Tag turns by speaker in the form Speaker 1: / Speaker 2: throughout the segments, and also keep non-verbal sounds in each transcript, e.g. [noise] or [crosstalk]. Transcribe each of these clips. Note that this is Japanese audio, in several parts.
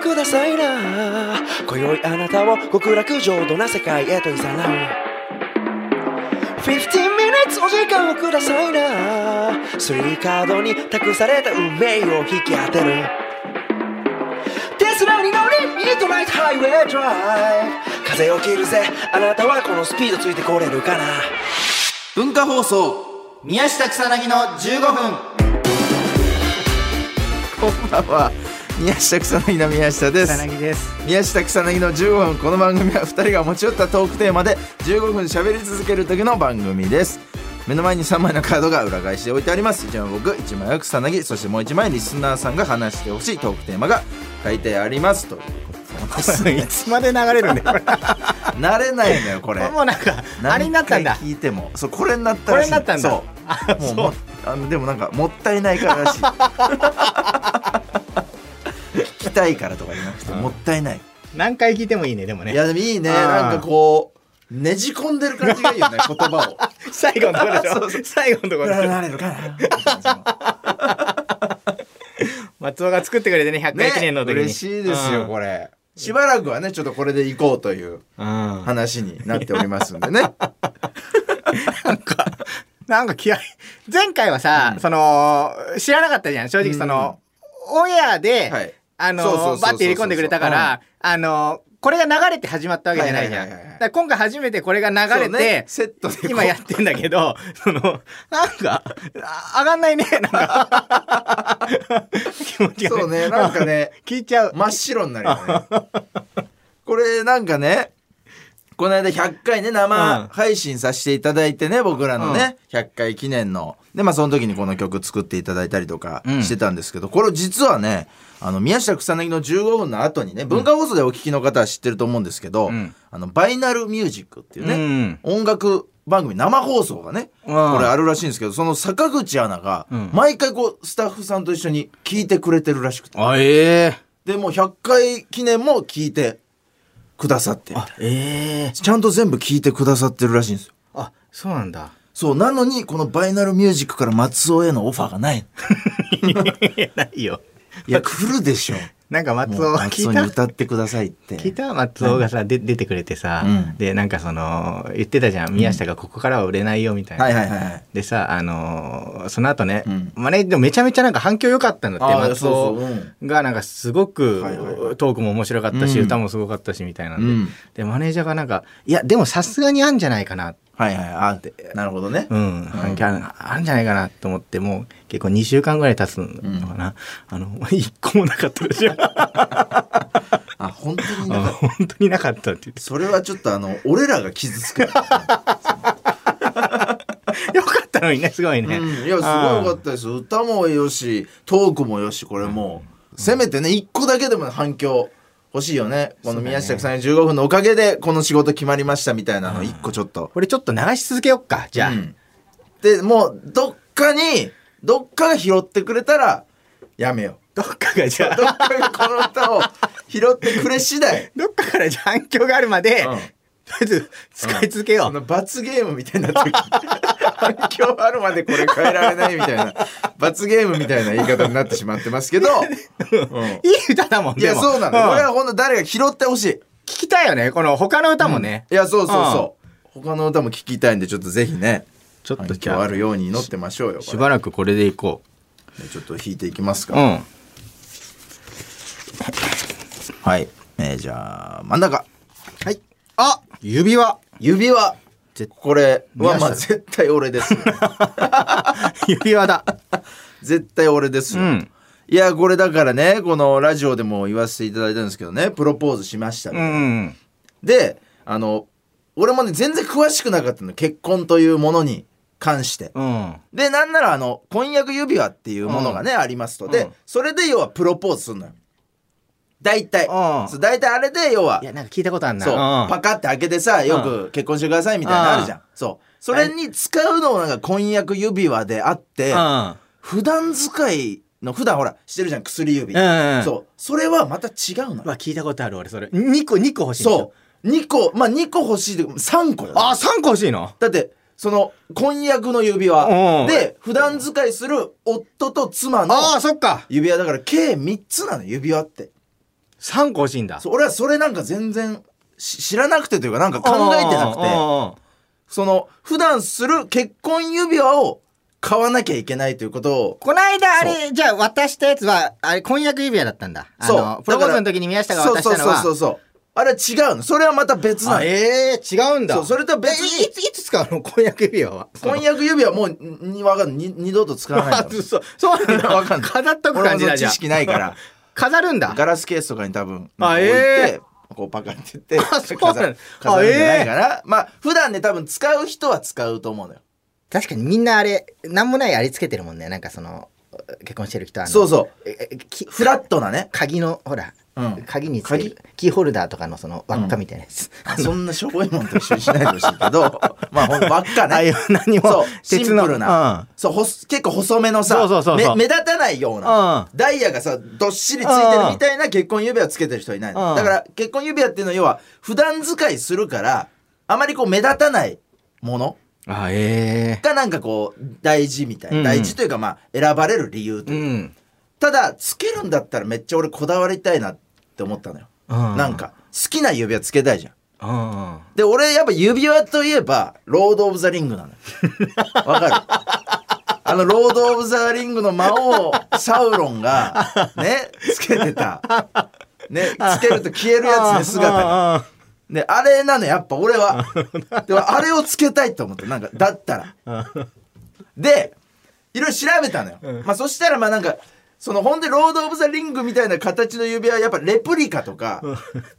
Speaker 1: くださいな今宵あなたを極楽浄土な世界へと誘う15 minutes お時間をくださいなスリーカードに託された運命を引き当てるテスラに乗りミッドナイトハイウェイドライブ風を切るぜあなたはこのスピードついてこれるかな
Speaker 2: 文化放送宮下草薙の15分こんばんは宮下草薙の宮下です
Speaker 1: [laughs]
Speaker 3: 柳です。
Speaker 2: 宮下草薙の15分この番組は2人が持ち寄ったトークテーマで15分喋り続ける時の番組です目の前に3枚のカードが裏返して置いてあります1枚は僕1枚は草薙そしてもう1枚リスナーさんが話してほしいトークテーマが書いてありますということですね
Speaker 3: [laughs] いつまで流れるんだよ。これ
Speaker 2: [laughs] 慣れないのよこれ
Speaker 3: [laughs] もうなんか、あれになったんだ
Speaker 2: 何。回聞いてもそうこれになった
Speaker 3: こ
Speaker 2: ら
Speaker 3: れ
Speaker 2: しい
Speaker 3: になったんだ。
Speaker 2: そう
Speaker 3: あ
Speaker 2: もう
Speaker 3: そ
Speaker 2: も
Speaker 3: う。
Speaker 2: あのでもなんかもったいないかららしい [laughs] 聞きたいからとかじゃなくてもったいない
Speaker 3: 何回聞いてもいいね、でも
Speaker 2: い
Speaker 3: ね。
Speaker 2: やでもいいね
Speaker 3: あー
Speaker 2: なんかこうねじ込んでる感じがいいよね言葉を
Speaker 3: 最後のとこでし
Speaker 2: そうそ
Speaker 3: ょ。最後のとこ
Speaker 2: 振
Speaker 3: ろ
Speaker 2: られるかな
Speaker 3: 松尾が作ってくれて [laughs] ね、100回記念の時に。
Speaker 2: 嬉しいです
Speaker 3: う
Speaker 2: よ
Speaker 3: ん
Speaker 2: これしばらくはねちょっとこれで行こうという
Speaker 3: [laughs] うん。
Speaker 2: 話になっておりますんでね
Speaker 3: なんか気合い。前回はさ、その、知らなかったじゃん。正直その、オンエア
Speaker 2: は
Speaker 3: で
Speaker 2: い、
Speaker 3: あ
Speaker 2: そうそうそう
Speaker 3: の、
Speaker 2: そう
Speaker 3: バッて入れ込んでくれたから、あの、これが流れて始まったわけじゃないじゃ
Speaker 2: は
Speaker 3: ん。
Speaker 2: い
Speaker 3: だ
Speaker 2: はいはいはい
Speaker 3: から今回初めてこれが [laughs] 流
Speaker 2: そ
Speaker 3: れ
Speaker 2: うね
Speaker 3: て、
Speaker 2: セットでこう
Speaker 3: 今やってんだけど、 [laughs] その、なんか、あ上がんないね、なんか。 [laughs] 気持ちが、
Speaker 2: そうねなんかね
Speaker 3: [laughs] 聞いちゃう。
Speaker 2: 真っ白になるよね [laughs] これなんかねこの間100回ね
Speaker 3: うん
Speaker 2: 生配信させていただいてね、僕らのね、100回記念のでまあその時にこの曲作っていただいたりとか
Speaker 3: ん
Speaker 2: してたんですけど、これ実はねあの宮下草薙の15分の後にね文化放送でお聞きの方は知ってると思うんですけど、
Speaker 3: ん
Speaker 2: あのバイナルミュージックっていうね、
Speaker 3: うん
Speaker 2: 音楽番組生放送がね、
Speaker 3: うん
Speaker 2: これあるらしいんですけどその坂口アナが
Speaker 3: ん
Speaker 2: 毎回こうスタッフさんと一緒に聞いてくれてるらしくて。
Speaker 3: あ、え
Speaker 2: でもう100回記念も聞いてくださってるみたい
Speaker 3: えええ
Speaker 2: ちゃんと全部聞いてくださってるらしいんですよ
Speaker 3: あ、そうなんだ。
Speaker 2: そうなのにこのバイナルミュージックから松尾へのオファーがない
Speaker 3: いや、ないよ。
Speaker 2: い
Speaker 3: [laughs]
Speaker 2: や来るでしょ
Speaker 3: なんか松
Speaker 2: も
Speaker 3: 尾
Speaker 2: う
Speaker 3: は
Speaker 2: 松
Speaker 3: 聞
Speaker 2: 尾に
Speaker 3: いた
Speaker 2: 歌ってくださいって
Speaker 3: 聞いた松尾がさ、で出てくれてさ、
Speaker 2: うん
Speaker 3: でなんかその言ってたじゃん宮下がここからは売れないよみたいな、
Speaker 2: はいはいはいはい
Speaker 3: でさあのーその後ね、
Speaker 2: うん
Speaker 3: マネでもめちゃめちゃなんか反響良かったんだって
Speaker 2: あー
Speaker 3: 松尾
Speaker 2: そうそう
Speaker 3: がなんかすごく、
Speaker 2: はいはいは
Speaker 3: トークも面白かったし、
Speaker 2: うん
Speaker 3: 歌もすごかったしみたいなんで、
Speaker 2: うん
Speaker 3: でマネージャーがなんかいやでもさすがにあんじゃないかな
Speaker 2: はいはいあってなるほどね、
Speaker 3: うん、反響あるあんじゃないかなと思ってもう結構2週間ぐらい経つのかな、あの1個もなかった
Speaker 2: [laughs]
Speaker 3: でしょ
Speaker 2: あ本当になんか
Speaker 3: 本当になかったって言って
Speaker 2: それはちょっとあの俺らが傷つく、
Speaker 3: よかったのにね、すごいね。
Speaker 2: うん、いやすごいよかったです歌もよしトークもよしこれもう、せめてね一個だけでも反響欲しいよねこの宮下さんの15分のおかげでこの仕事決まりましたみたいなの一個ちょっと、
Speaker 3: これちょっと流し続けよっか、じゃあ。
Speaker 2: うんでもうどっかにどっかが拾ってくれたらやめよ
Speaker 3: どっかがじゃ
Speaker 2: うど
Speaker 3: あ、
Speaker 2: っかがこの歌を拾ってくれ次第
Speaker 3: どっかからじゃあ反響があるまで、
Speaker 2: うん
Speaker 3: とりあえず使い続けよ
Speaker 2: こ
Speaker 3: う。
Speaker 2: の罰ゲームみたいになってる反響あるまでこれ変えられないみたいな罰ゲームみたいな言い方になってしまってます [laughs] けど、うん
Speaker 3: いい歌だもん、
Speaker 2: いや、
Speaker 3: でも
Speaker 2: そうなのよ。
Speaker 3: ん
Speaker 2: これはほんと誰が拾ってほしい。
Speaker 3: 聞きたいよね、この他の歌もね。
Speaker 2: いや、そうそうそう。他の歌も聞きたいんで、ちょっとぜひね、
Speaker 3: ちょっと
Speaker 2: 反
Speaker 3: じゃ
Speaker 2: 響
Speaker 3: あ
Speaker 2: あるように祈ってましょうよ。
Speaker 3: し
Speaker 2: こ
Speaker 3: ばらくこれでいこ
Speaker 2: れちょっと弾いていきます
Speaker 3: う。
Speaker 2: か。
Speaker 3: うん。
Speaker 2: はい。えーじゃあ、真ん中。
Speaker 3: はい。あ指輪
Speaker 2: 指輪。これは、
Speaker 3: 宮下
Speaker 2: まあ、絶対俺
Speaker 3: [laughs]
Speaker 2: ですよ。
Speaker 3: [laughs] 指
Speaker 2: [laughs]
Speaker 3: 輪だ。
Speaker 2: 絶対俺ですよ。
Speaker 3: うん
Speaker 2: いや、これだからね、このラジオでも言わせていただいたんですけどね、プロポーズしましたみたいな
Speaker 3: うん。
Speaker 2: であの俺もね全然詳しくなかったの結婚というものに関して、
Speaker 3: うん。
Speaker 2: でなんならあの婚約指輪っていうものがね、ありますとで、
Speaker 3: うん
Speaker 2: それで要はプロポーズするのよ大体、
Speaker 3: うん
Speaker 2: そう大体あれで要はい
Speaker 3: や、なんか聞いたことあんな。
Speaker 2: そう、
Speaker 3: ん
Speaker 2: パカって開けてさよく結婚してくださいみたいなのあるじゃん、
Speaker 3: う
Speaker 2: そうそれに使うのをなんか婚約指輪であって、
Speaker 3: うん。
Speaker 2: 普段使いの普段ほらしてるじゃん薬指、
Speaker 3: うん。
Speaker 2: そうそれはまた違うの
Speaker 3: う
Speaker 2: よ
Speaker 3: わ、聞いたことある、俺、それ。2個、2個欲しい。
Speaker 2: そう2個まあ2個欲しいというか3個よ、ね、
Speaker 3: あ、3個欲しいの
Speaker 2: だってその婚約の指
Speaker 3: うん
Speaker 2: 輪で普段使いする夫と妻の
Speaker 3: ああ、そっか。
Speaker 2: 指輪だから計3つなの指輪って
Speaker 3: 3個欲しいんだ
Speaker 2: そう俺はそれなんか全然し知らなくてというかなんか考えてなく
Speaker 3: う
Speaker 2: て
Speaker 3: んうんうんうん
Speaker 2: その普段する結婚指輪を買わなきゃいけないということを
Speaker 3: この間あれじゃあ渡したやつはあれ婚約指輪だったんだあの
Speaker 2: そう
Speaker 3: プロポーズ
Speaker 2: だ
Speaker 3: の
Speaker 2: から
Speaker 3: 時に宮下が渡したのは
Speaker 2: そうそうそうそうあれは違うのそれはまた別な
Speaker 3: あ
Speaker 2: の
Speaker 3: ええ違うんだ
Speaker 2: そうそれと別に
Speaker 3: えいついつ使うの婚約指輪は
Speaker 2: 婚約指輪もうにわかんないに二度と使わない
Speaker 3: [laughs] あ
Speaker 2: の
Speaker 3: そうそうなんだ
Speaker 2: わかんない
Speaker 3: 飾っとく
Speaker 2: 俺も
Speaker 3: 感じ
Speaker 2: そ
Speaker 3: だ
Speaker 2: の
Speaker 3: じゃ
Speaker 2: 知
Speaker 3: あ
Speaker 2: 識ない
Speaker 3: [laughs]
Speaker 2: から
Speaker 3: 飾るんだ
Speaker 2: ガラスケースとかに多分
Speaker 3: あ
Speaker 2: 置いて、
Speaker 3: え
Speaker 2: こうパカってって
Speaker 3: [laughs] あそうなの
Speaker 2: 飾る
Speaker 3: あ
Speaker 2: 飾るんじゃないかな、まあ普段ね多分使う人は使うと思うのよ
Speaker 3: 確かにみんなあれなんもないありつけてるもんねなんかその結婚してる人はあの
Speaker 2: そうそう
Speaker 3: ええき
Speaker 2: フラットなね
Speaker 3: 鍵のほら、
Speaker 2: うん
Speaker 3: 鍵につけるキーホルダーとかのその輪っかみたいなやつ、
Speaker 2: そんなしょぼいもんと一緒にしないでほしいけ
Speaker 3: [laughs]
Speaker 2: どまあほんと輪っか
Speaker 3: ああい
Speaker 2: ね
Speaker 3: う何も
Speaker 2: そうシン
Speaker 3: 鉄
Speaker 2: プ
Speaker 3: の
Speaker 2: ルな、
Speaker 3: うん
Speaker 2: そうほす結構細めのさ
Speaker 3: そうそうそうそう
Speaker 2: め目立たないような、
Speaker 3: う
Speaker 2: ダイヤがさどっしりついてるみたいな結婚指輪つけてる人いないの、
Speaker 3: うん
Speaker 2: だから結婚指輪っていうのは要は普段使いするからあまりこう目立たないもの
Speaker 3: あえ
Speaker 2: がなんかこう大事みたいな、
Speaker 3: うん
Speaker 2: 大事というかまあ選ばれる理由と
Speaker 3: う
Speaker 2: いうか
Speaker 3: ん
Speaker 2: ただつけるんだったらめっちゃ俺こだわりたいなって思ったのよ、
Speaker 3: うん
Speaker 2: なんか好きな指輪つけたいじゃん
Speaker 3: うん
Speaker 2: で俺やっぱ指輪といえばロード・オブ・ザ・リング [laughs] なのよわかるあのロード・オブ・ザ・リングの魔王サウロンがねつけてたねつけると消えるやつね姿が
Speaker 3: が
Speaker 2: であれ [laughs] なのやっぱ俺はでもあれをつけたいと思ってなんかだったらでいろいろ調べたのよ、まあ、そしたらまあなんかそのほんでロード・オブ・ザ・リングみたいな形の指輪はやっぱレプリカとか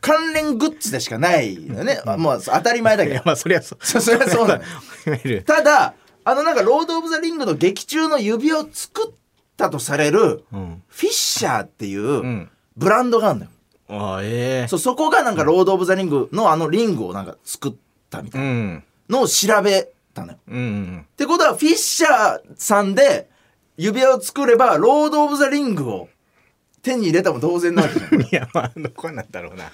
Speaker 2: 関連グッズでしかないのよね、まあ、もう当たり前だ
Speaker 3: い
Speaker 2: け
Speaker 3: や
Speaker 2: ど
Speaker 3: まあそりゃそう
Speaker 2: [laughs] そそりゃそうなのよ
Speaker 3: いわゆる
Speaker 2: ただあのなんかロード・オブ・ザ・リングの劇中の指輪を作ったとされる
Speaker 3: うん
Speaker 2: フィッシャーっていうんブランドがあるのよ
Speaker 3: あえ
Speaker 2: そうそこがなんかロード・オブ・ザ・リングのあのリングをなんか作ったみたいな
Speaker 3: うん
Speaker 2: のを調べたのよ。っ
Speaker 3: うん
Speaker 2: てことはフィッシャーさんで指輪を作ればロード・オブ・ザ・リングを手に入れたも同然なわけじゃん。
Speaker 3: いやまあどこなんだろうな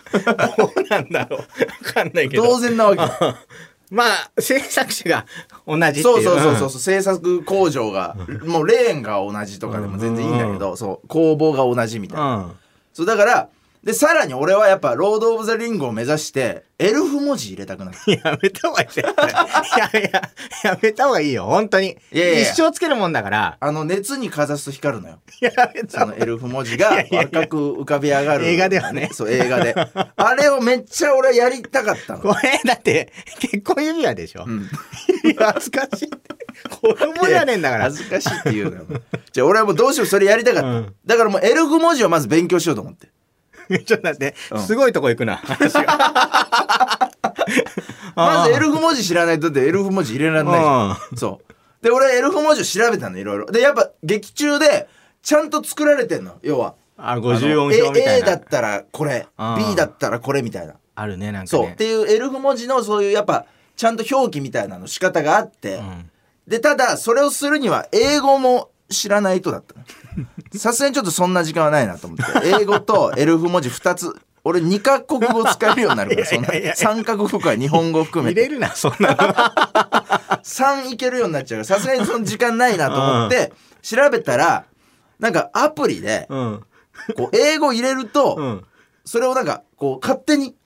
Speaker 3: どうなんだろうわかんないけど
Speaker 2: 当然なわけよ。
Speaker 3: [laughs] まあ制作者が同じっていう
Speaker 2: そうそうそうそうそう制作工場
Speaker 3: [laughs]
Speaker 2: がもうレーンが同じとかでも全然いいんだけどそう工房が同じみたいな。
Speaker 3: ん
Speaker 2: そうだからでさらに俺はやっぱロード・オブ・ザ・リングを目指してエルフ文字入れたくなった。
Speaker 3: やめた方がいい絶対いやいややめた方がいいよ本当に
Speaker 2: いやいや
Speaker 3: 一生つけるもんだから
Speaker 2: あの熱にかざすと光るのよ。
Speaker 3: やめた
Speaker 2: そのエルフ文字
Speaker 3: [laughs]
Speaker 2: が赤く浮かび上がる。
Speaker 3: 映画ではね
Speaker 2: そう、映
Speaker 3: [laughs]
Speaker 2: 画で。あれをめっちゃ俺はやりたかったの。
Speaker 3: これだって結婚指輪でしょ、
Speaker 2: ん
Speaker 3: いや恥ずかしい子供じゃねえんだから
Speaker 2: 恥ずかしいって言うのよ。じゃあ俺はもうどうしようそれやりたかった。
Speaker 3: うん
Speaker 2: だからもうエルフ文字をまず勉強しようと思って。
Speaker 3: ちょっと待って、
Speaker 2: うん
Speaker 3: すごいとこ行くな話が
Speaker 2: [laughs] まずエ
Speaker 3: フ
Speaker 2: ルフ文字知らないとだってエルフ文字入れられないじゃん。そう。で、俺はエルフ文字を調べたの、いろいろ。で、やっぱ劇中でちゃんと作られてんの、要は。
Speaker 3: あ50音表
Speaker 2: あ
Speaker 3: み
Speaker 2: の
Speaker 3: た
Speaker 2: A,
Speaker 3: い
Speaker 2: A だ
Speaker 3: な
Speaker 2: ったらこれ、
Speaker 3: うん
Speaker 2: B だったらこれみたいな。
Speaker 3: あるねなんか
Speaker 2: そう、
Speaker 3: ね
Speaker 2: っていうエルフ文字のそういうやっぱちゃんと表記みたいなの仕方があって、
Speaker 3: ん
Speaker 2: でただそれをするには英語も知らないとだ
Speaker 3: [laughs]
Speaker 2: ったのさすがにちょっとそんな時間はないなと思って英語とエルフ文字2つ俺2カ国語使えるようになるから
Speaker 3: いやいやいや
Speaker 2: そんな3カ国語から日本語含め
Speaker 3: 入
Speaker 2: て
Speaker 3: れるなそんなの
Speaker 2: 3いけるようになっちゃうからさすがにその時間ないなと思って調べたらなんかアプリで
Speaker 3: うん
Speaker 2: こう英語入れる
Speaker 3: う
Speaker 2: と
Speaker 3: ん
Speaker 2: それをなんかこう勝手に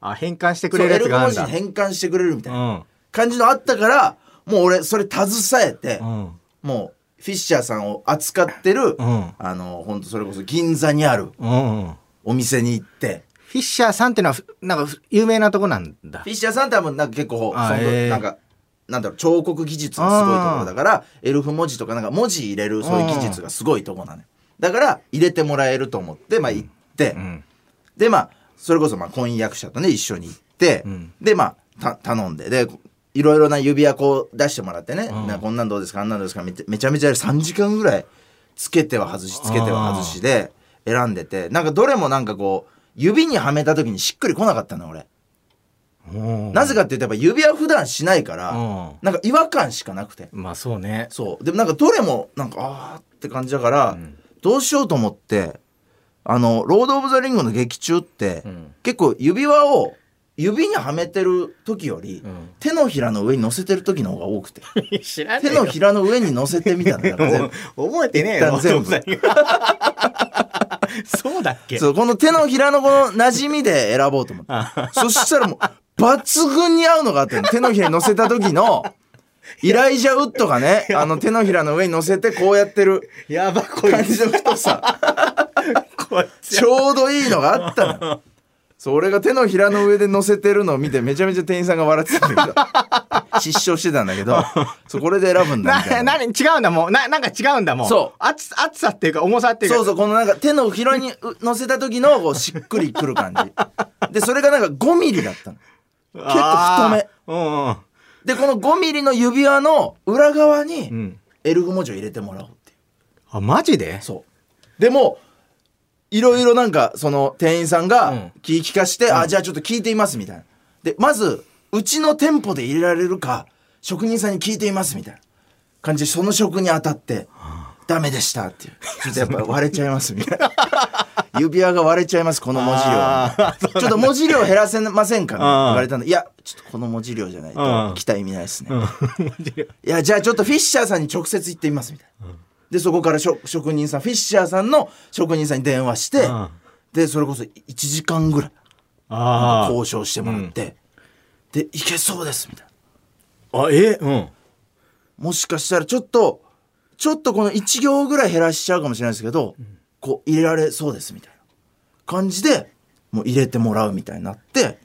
Speaker 3: あ変換してく
Speaker 2: そう
Speaker 3: れる
Speaker 2: エ
Speaker 3: や
Speaker 2: ル
Speaker 3: つ
Speaker 2: フ
Speaker 3: が
Speaker 2: 文
Speaker 3: あるん
Speaker 2: 字
Speaker 3: だ
Speaker 2: に変換してくれるみたいな。
Speaker 3: う
Speaker 2: 感じのあったからもう俺それ携えて、
Speaker 3: んうん
Speaker 2: もうフィッシャーさんを扱ってる、
Speaker 3: うん
Speaker 2: あの本当それこそ銀座にある
Speaker 3: うん
Speaker 2: お店に行って
Speaker 3: フィッシャーさんってのはふなんかふ有名なとこなんだ
Speaker 2: フィッシャーさんって多分なんか結構
Speaker 3: あ
Speaker 2: その
Speaker 3: ええ
Speaker 2: なんかなんだろう彫刻技術がすごいところだからエルフ文字とかなんか文字入れるそういう技術がすごいところなのよだから入れてもらえると思ってまあ行って、
Speaker 3: ん
Speaker 2: でまあそれこそまあ婚約者とね一緒に行って、
Speaker 3: ん
Speaker 2: でまあた頼んででいろいろな指輪こう出してもらってね、
Speaker 3: うん
Speaker 2: なこんなんどうですかあんなんどうですかめちゃめちゃめちゃ3時間ぐらいつけては外しつけては外しで選んでてなんかどれもなんかこう指にはめた時にしっくりこなかったの俺、な
Speaker 3: な
Speaker 2: ぜかって言うとやっぱ指輪普段しないから、
Speaker 3: うん
Speaker 2: なんか違和感しかなくて
Speaker 3: まあそうね
Speaker 2: そうでもなんかどれもなんかあーって感じだから、
Speaker 3: ん
Speaker 2: どうしようと思ってあの「ロード・オブ・ザ・リング」の劇中って、
Speaker 3: うん
Speaker 2: 結構指輪を指にはめてる時より、
Speaker 3: うん
Speaker 2: 手のひらの上に乗せてる時の方が多くて
Speaker 3: [laughs] 知ら
Speaker 2: 手のひ
Speaker 3: [laughs]
Speaker 2: らの上に乗せてみたいなのが全部
Speaker 3: 覚えてねえ
Speaker 2: 一旦
Speaker 3: よ
Speaker 2: 全部
Speaker 3: 本当に [laughs] そうだっけ
Speaker 2: そう、この手のひらのこの馴染みで選ぼうと思って。
Speaker 3: あ
Speaker 2: そしたらもう、抜群に合うのがあったの。手のひらに乗せた時
Speaker 3: [laughs]
Speaker 2: の、イライジャウッドがね、あの手のひらの上に乗せてこうやってる
Speaker 3: やばこい
Speaker 2: 感
Speaker 3: つ
Speaker 2: じの太さ、
Speaker 3: こいつ
Speaker 2: ちょうどいいのがあったのよ。そう、俺が手のひらの上で乗せてるのを見て、めちゃめちゃ店員さんが笑ってたんだけど、失笑してたんだけど、そう、これで選ぶんだみた
Speaker 3: な
Speaker 2: な。
Speaker 3: い何違うんだもうななんか違うんだもう
Speaker 2: そう
Speaker 3: 厚厚さっていうか重さっていうか
Speaker 2: そうそう、このなんか手のひらにう乗せた時の、こう、しっくりくる感じ。で、それがなんか5ミリだったの。
Speaker 3: 結
Speaker 2: 構太め
Speaker 3: うんうん
Speaker 2: でこの5ミリの指輪の裏側
Speaker 3: う
Speaker 2: に
Speaker 3: ん
Speaker 2: エルゴ文字を入れてもらおうってい
Speaker 3: あマジで
Speaker 2: うそうでもいろいろなんかその店員さん
Speaker 3: う
Speaker 2: が
Speaker 3: ん
Speaker 2: 聞き聞かして、あじゃあちょっと聞いていますみたいなでまずうちの店舗で入れられるか職人さんに聞いていますみたいな感じでその職に当たってダメでしたっていうちょっとやっぱ割れちゃいますみたいな [laughs] 指輪が割れちゃいますこの文字量
Speaker 3: あ [laughs] ー
Speaker 2: ちょっと文字量減らせませんかね
Speaker 3: うん
Speaker 2: 言われたんでいやちょっとこの文字量じゃないと期待意味ないですね、いや、じゃあちょっとフィッシャーさんに直接行ってみます、みたいな。で、そこからしょ職人さん、フィッシャーさんの職人さんに電話して、
Speaker 3: うん
Speaker 2: で、それこそ1時間ぐらい
Speaker 3: あ
Speaker 2: 交渉してもらって、で、いけそうです、みたいな。
Speaker 3: ああえうん
Speaker 2: もしかしたらちょっと、ちょっとこの1行ぐらい減らしちゃうかもしれないですけど、こう入れられそうです、みたいな感じで、もう入れてもらうみたいになって、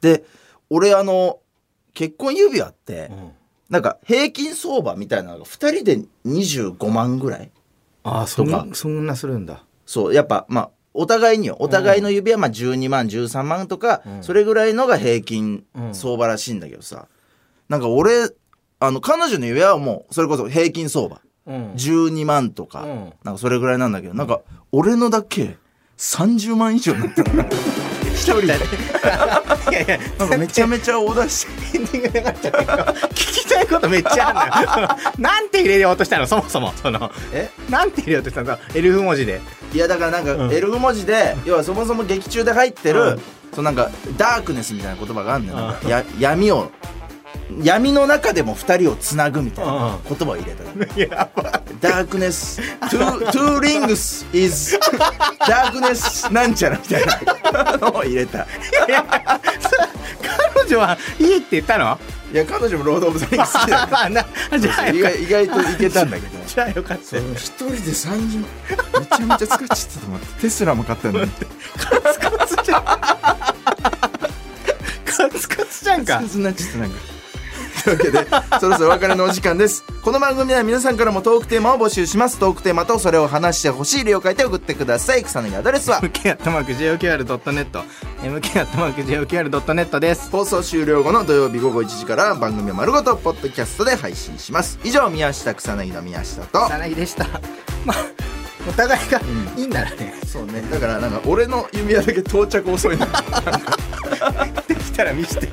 Speaker 2: で、俺あの、結婚指輪って、なんか平均相場みたいなのが2人で25万ぐらい
Speaker 3: あそん
Speaker 2: と
Speaker 3: なそんなするん [laughs] だ
Speaker 2: そうやっぱまあお互いによお互いの指輪まあ12万13万とか、それぐらいのが平均
Speaker 3: うん
Speaker 2: 相場らしいんだけどさ、なんか俺あの彼女の指輪はもうそれこそ平均相場
Speaker 3: うん
Speaker 2: 12万とか、
Speaker 3: うん
Speaker 2: なんかそれぐらいなんだけどなんか俺のだけ30万以上にな
Speaker 3: [laughs]
Speaker 2: ったの
Speaker 3: 一人でいやいや
Speaker 2: なんかめちゃめちゃオーダーして
Speaker 3: エンディング流れちゃって聞きたいことめっちゃあるのよ [laughs] なんて入れようとしたのそもそもその
Speaker 2: え
Speaker 3: なんて入れようとしたのエルフ文字で
Speaker 2: いやだからなん
Speaker 3: う
Speaker 2: か
Speaker 3: ん
Speaker 2: エルフ文字で、要はそもそも劇中で入ってる、
Speaker 3: うん
Speaker 2: そのなんかダークネスみたいな言葉があるんだよ、
Speaker 3: うん
Speaker 2: なんかや闇を闇の中でも二人をつなぐみたいな
Speaker 3: う
Speaker 2: 言葉を入れたの、
Speaker 3: やば
Speaker 2: ダークネス two, two rings is ダークネスなんちゃらみたいなのを入れた
Speaker 3: いや彼女はいいって言ったの
Speaker 2: いや彼女もロード・オブ・ザ・リング好きだ
Speaker 3: [laughs] あなじゃあ
Speaker 2: 意
Speaker 3: よかっ
Speaker 2: 外意外といけたんだけど
Speaker 3: たじゃあよかっ
Speaker 2: 一
Speaker 3: た
Speaker 2: 人で30万めちゃめちゃ使っちゃったと思ってテスラも買ったのに
Speaker 3: カツじゃんカツカツじゃんか
Speaker 2: そんなちょっとなんか。というわけでそろそろお別れのお時間ですこの番組では皆さんからもトークテーマを募集しますトークテーマとそれを話してほしい例を書いて送ってください草薙アドレスは
Speaker 3: mk アットマーク JOQR.net mk アットマーク JOQR.net です
Speaker 2: 放送終了後の土曜日午後1時から番組を丸ごとポッドキャストで配信します以上宮下草薙の宮下と
Speaker 3: さなぎでしたまあお互いがいいんだらね、
Speaker 2: そうねだからなんか俺
Speaker 3: [laughs]
Speaker 2: の指輪だけ到着遅いな
Speaker 3: できたら見して